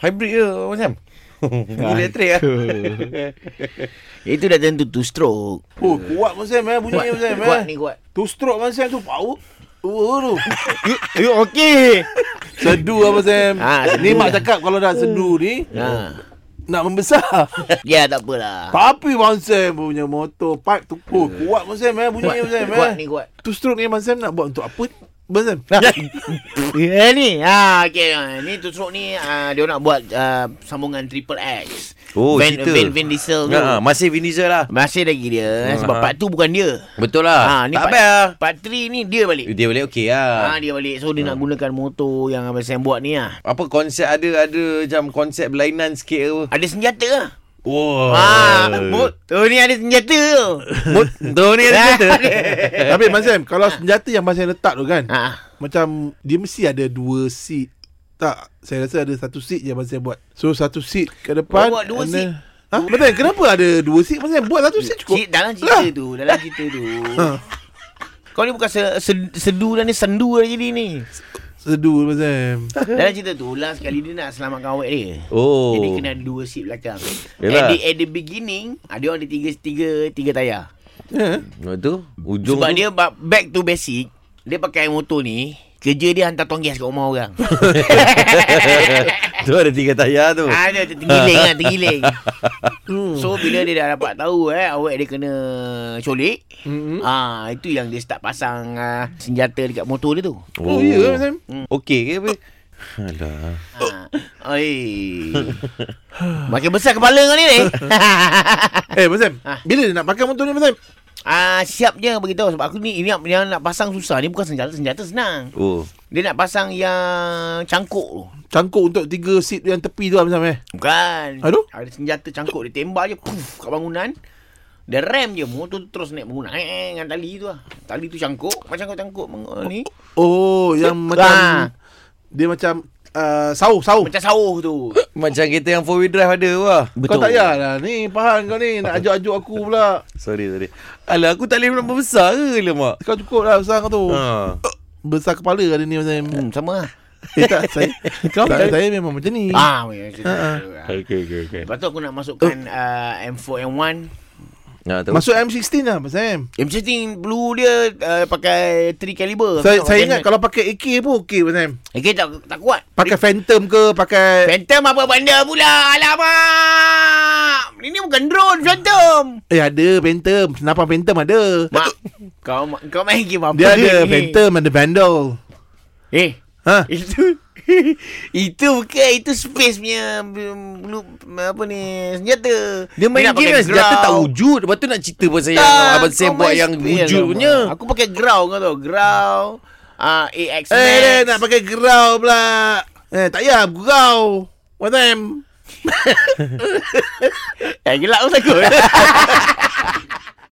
Hybrid ke macam Bunyi elektrik lah Itu dah tentu two stroke. Oh, kuat Abang Sam eh. Bunyi Abang Sam eh. kuat ni kuat. Two stroke Abang Sam tu. Power. Oh, tu. You, you okay? Sedu Abang Sam. Ah, sedu ni mak lah. cakap kalau dah sedu ni, ha. nak membesar. Ya tak apalah. Tapi Abang Sam punya motor, pipe tu. Oh, kuat Abang Sam eh. Bunyi Abang Sam eh. kuat ni kuat. Two stroke ni Abang Sam nak buat untuk apa? Abang Sam. Ya ni. Ha okey. ha. Ni two stroke ni uh, dia nak buat uh, sambungan triple X. Oh, Van, cerita. Van, Van Diesel tu. ha, Masih Vin Diesel lah Masih lagi dia eh, sebab Ha. part tu bukan dia. Betul lah Ha, ni part- Tak bad lah Part 3 ni dia balik. Dia boleh okey lah Ha, dia balik. So dia nak Hmm. gunakan motor yang Abang Sam buat ni lah. Apa konsep ada Ada macam konsep berlainan sikit ke apa Ada senjata lah. Wow Ha, mot- tu ni ada senjata tu. Mut Tu ni ada cerita Tapi Abang Sam, kalau senjata yang Abang Sam letak tu kan, ha. macam dia mesti ada dua seat. Tak, saya rasa ada satu seat je Abang Sam buat. So, satu seat ke depan. Buat dua and seat. then- Ha? Betul, kenapa ada dua seat Abang Sam? Buat satu seat cukup. Lah. Cik, dalam Lah. cerita tu, dalam cerita tu. Ha. Kau ni bukan se- se- sedu dah ni, sendu dah jadi ni. Sedu Abang Sam. Dalam cerita tu, last kali dia nak selamatkan awet dia. Oh Jadi kena ada dua seat belakang. Yelah. At the, at the beginning, ada orang ada tiga, tiga, tiga tayar. Eh, Lepas tu Ujung Sebab tu dia ba- back to basic, dia pakai motor ni, kerja dia hantar tong gas kat rumah orang. Tu ada tiga tayar tu Ah, dia tergiling lah, tergiling. Hmm. so, bila dia dah dapat tahu eh, awet dia kena colik. Mm-hmm. Ah, itu yang dia start pasang ah, senjata dekat motor dia tu. Oh, ya Abang Sam. hmm. Okey ke apa Alah Ha. Oi. Makin besar kepala kau ni ni. Eh, Abang Sam. Ah. Bila dia nak pakai motor ni Abang Sam? ah, siap je beritahu sebab aku ni ini yang, yang nak pasang susah ni bukan senjata senjata senang. Oh Dia nak pasang yang cangkuk tu. Cangkuk untuk tiga seat yang tepi tu Abang Sam eh. Bukan. Aduh. Ada senjata cangkuk dia tembak je puff kat bangunan. Dia rem je motor tu terus naik bangunan eh, dengan tali tu lah. Tali tu cangkuk, macam kau cangkuk meng- ni. Oh, yang macam... Ah. Dia macam... Uh, sauh, sauh. Macam sauh tu. Macam kereta yang four wheel drive ada wah Kau tak payahlah ni Faham kau ni Nak ajuk-ajuk aku pula Sorry sorry Alah aku tak boleh nombor besar ke lemak Kau cukup lah besar kau tu Ha. Besar kepala ada ni Abang Sam Hmm, sama lah. Eh tak saya, kau tak, saya memang macam ni Ah, macam tu. Ha, Ah. Okey okey okey. Lepas tu aku nak masukkan Oh. uh, M4, M1 Nah, tahu. Masuk M16 lah Abang Sam M16 blue dia uh, pakai 3 caliber Saya, saya ingat kalau pakai AK pun okey Abang Sam Okay tak, tak kuat Pakai Phantom ke Pakai Phantom apa benda pula Alamak Ini bukan drone Phantom Eh ada Phantom Senapan Phantom ada Mak Kau ma- kau main game apa Dia ni? ada Phantom Ada Vandal Eh Ha? Itu Itu bukan Itu space punya mm, blue, Apa ni Senjata Dia main nak game pakai kan senjata tak ground. wujud. Lepas tu nak cerita pasal yang Tak, abang Sam kau buat main yang space wujud lah, punya. Mak. Aku pakai grow kau tahu. Grow. Ah AX Eh dia nak pakai gerau pula Eh tak payah Gerau Abang Sam Eh gelak aku takut.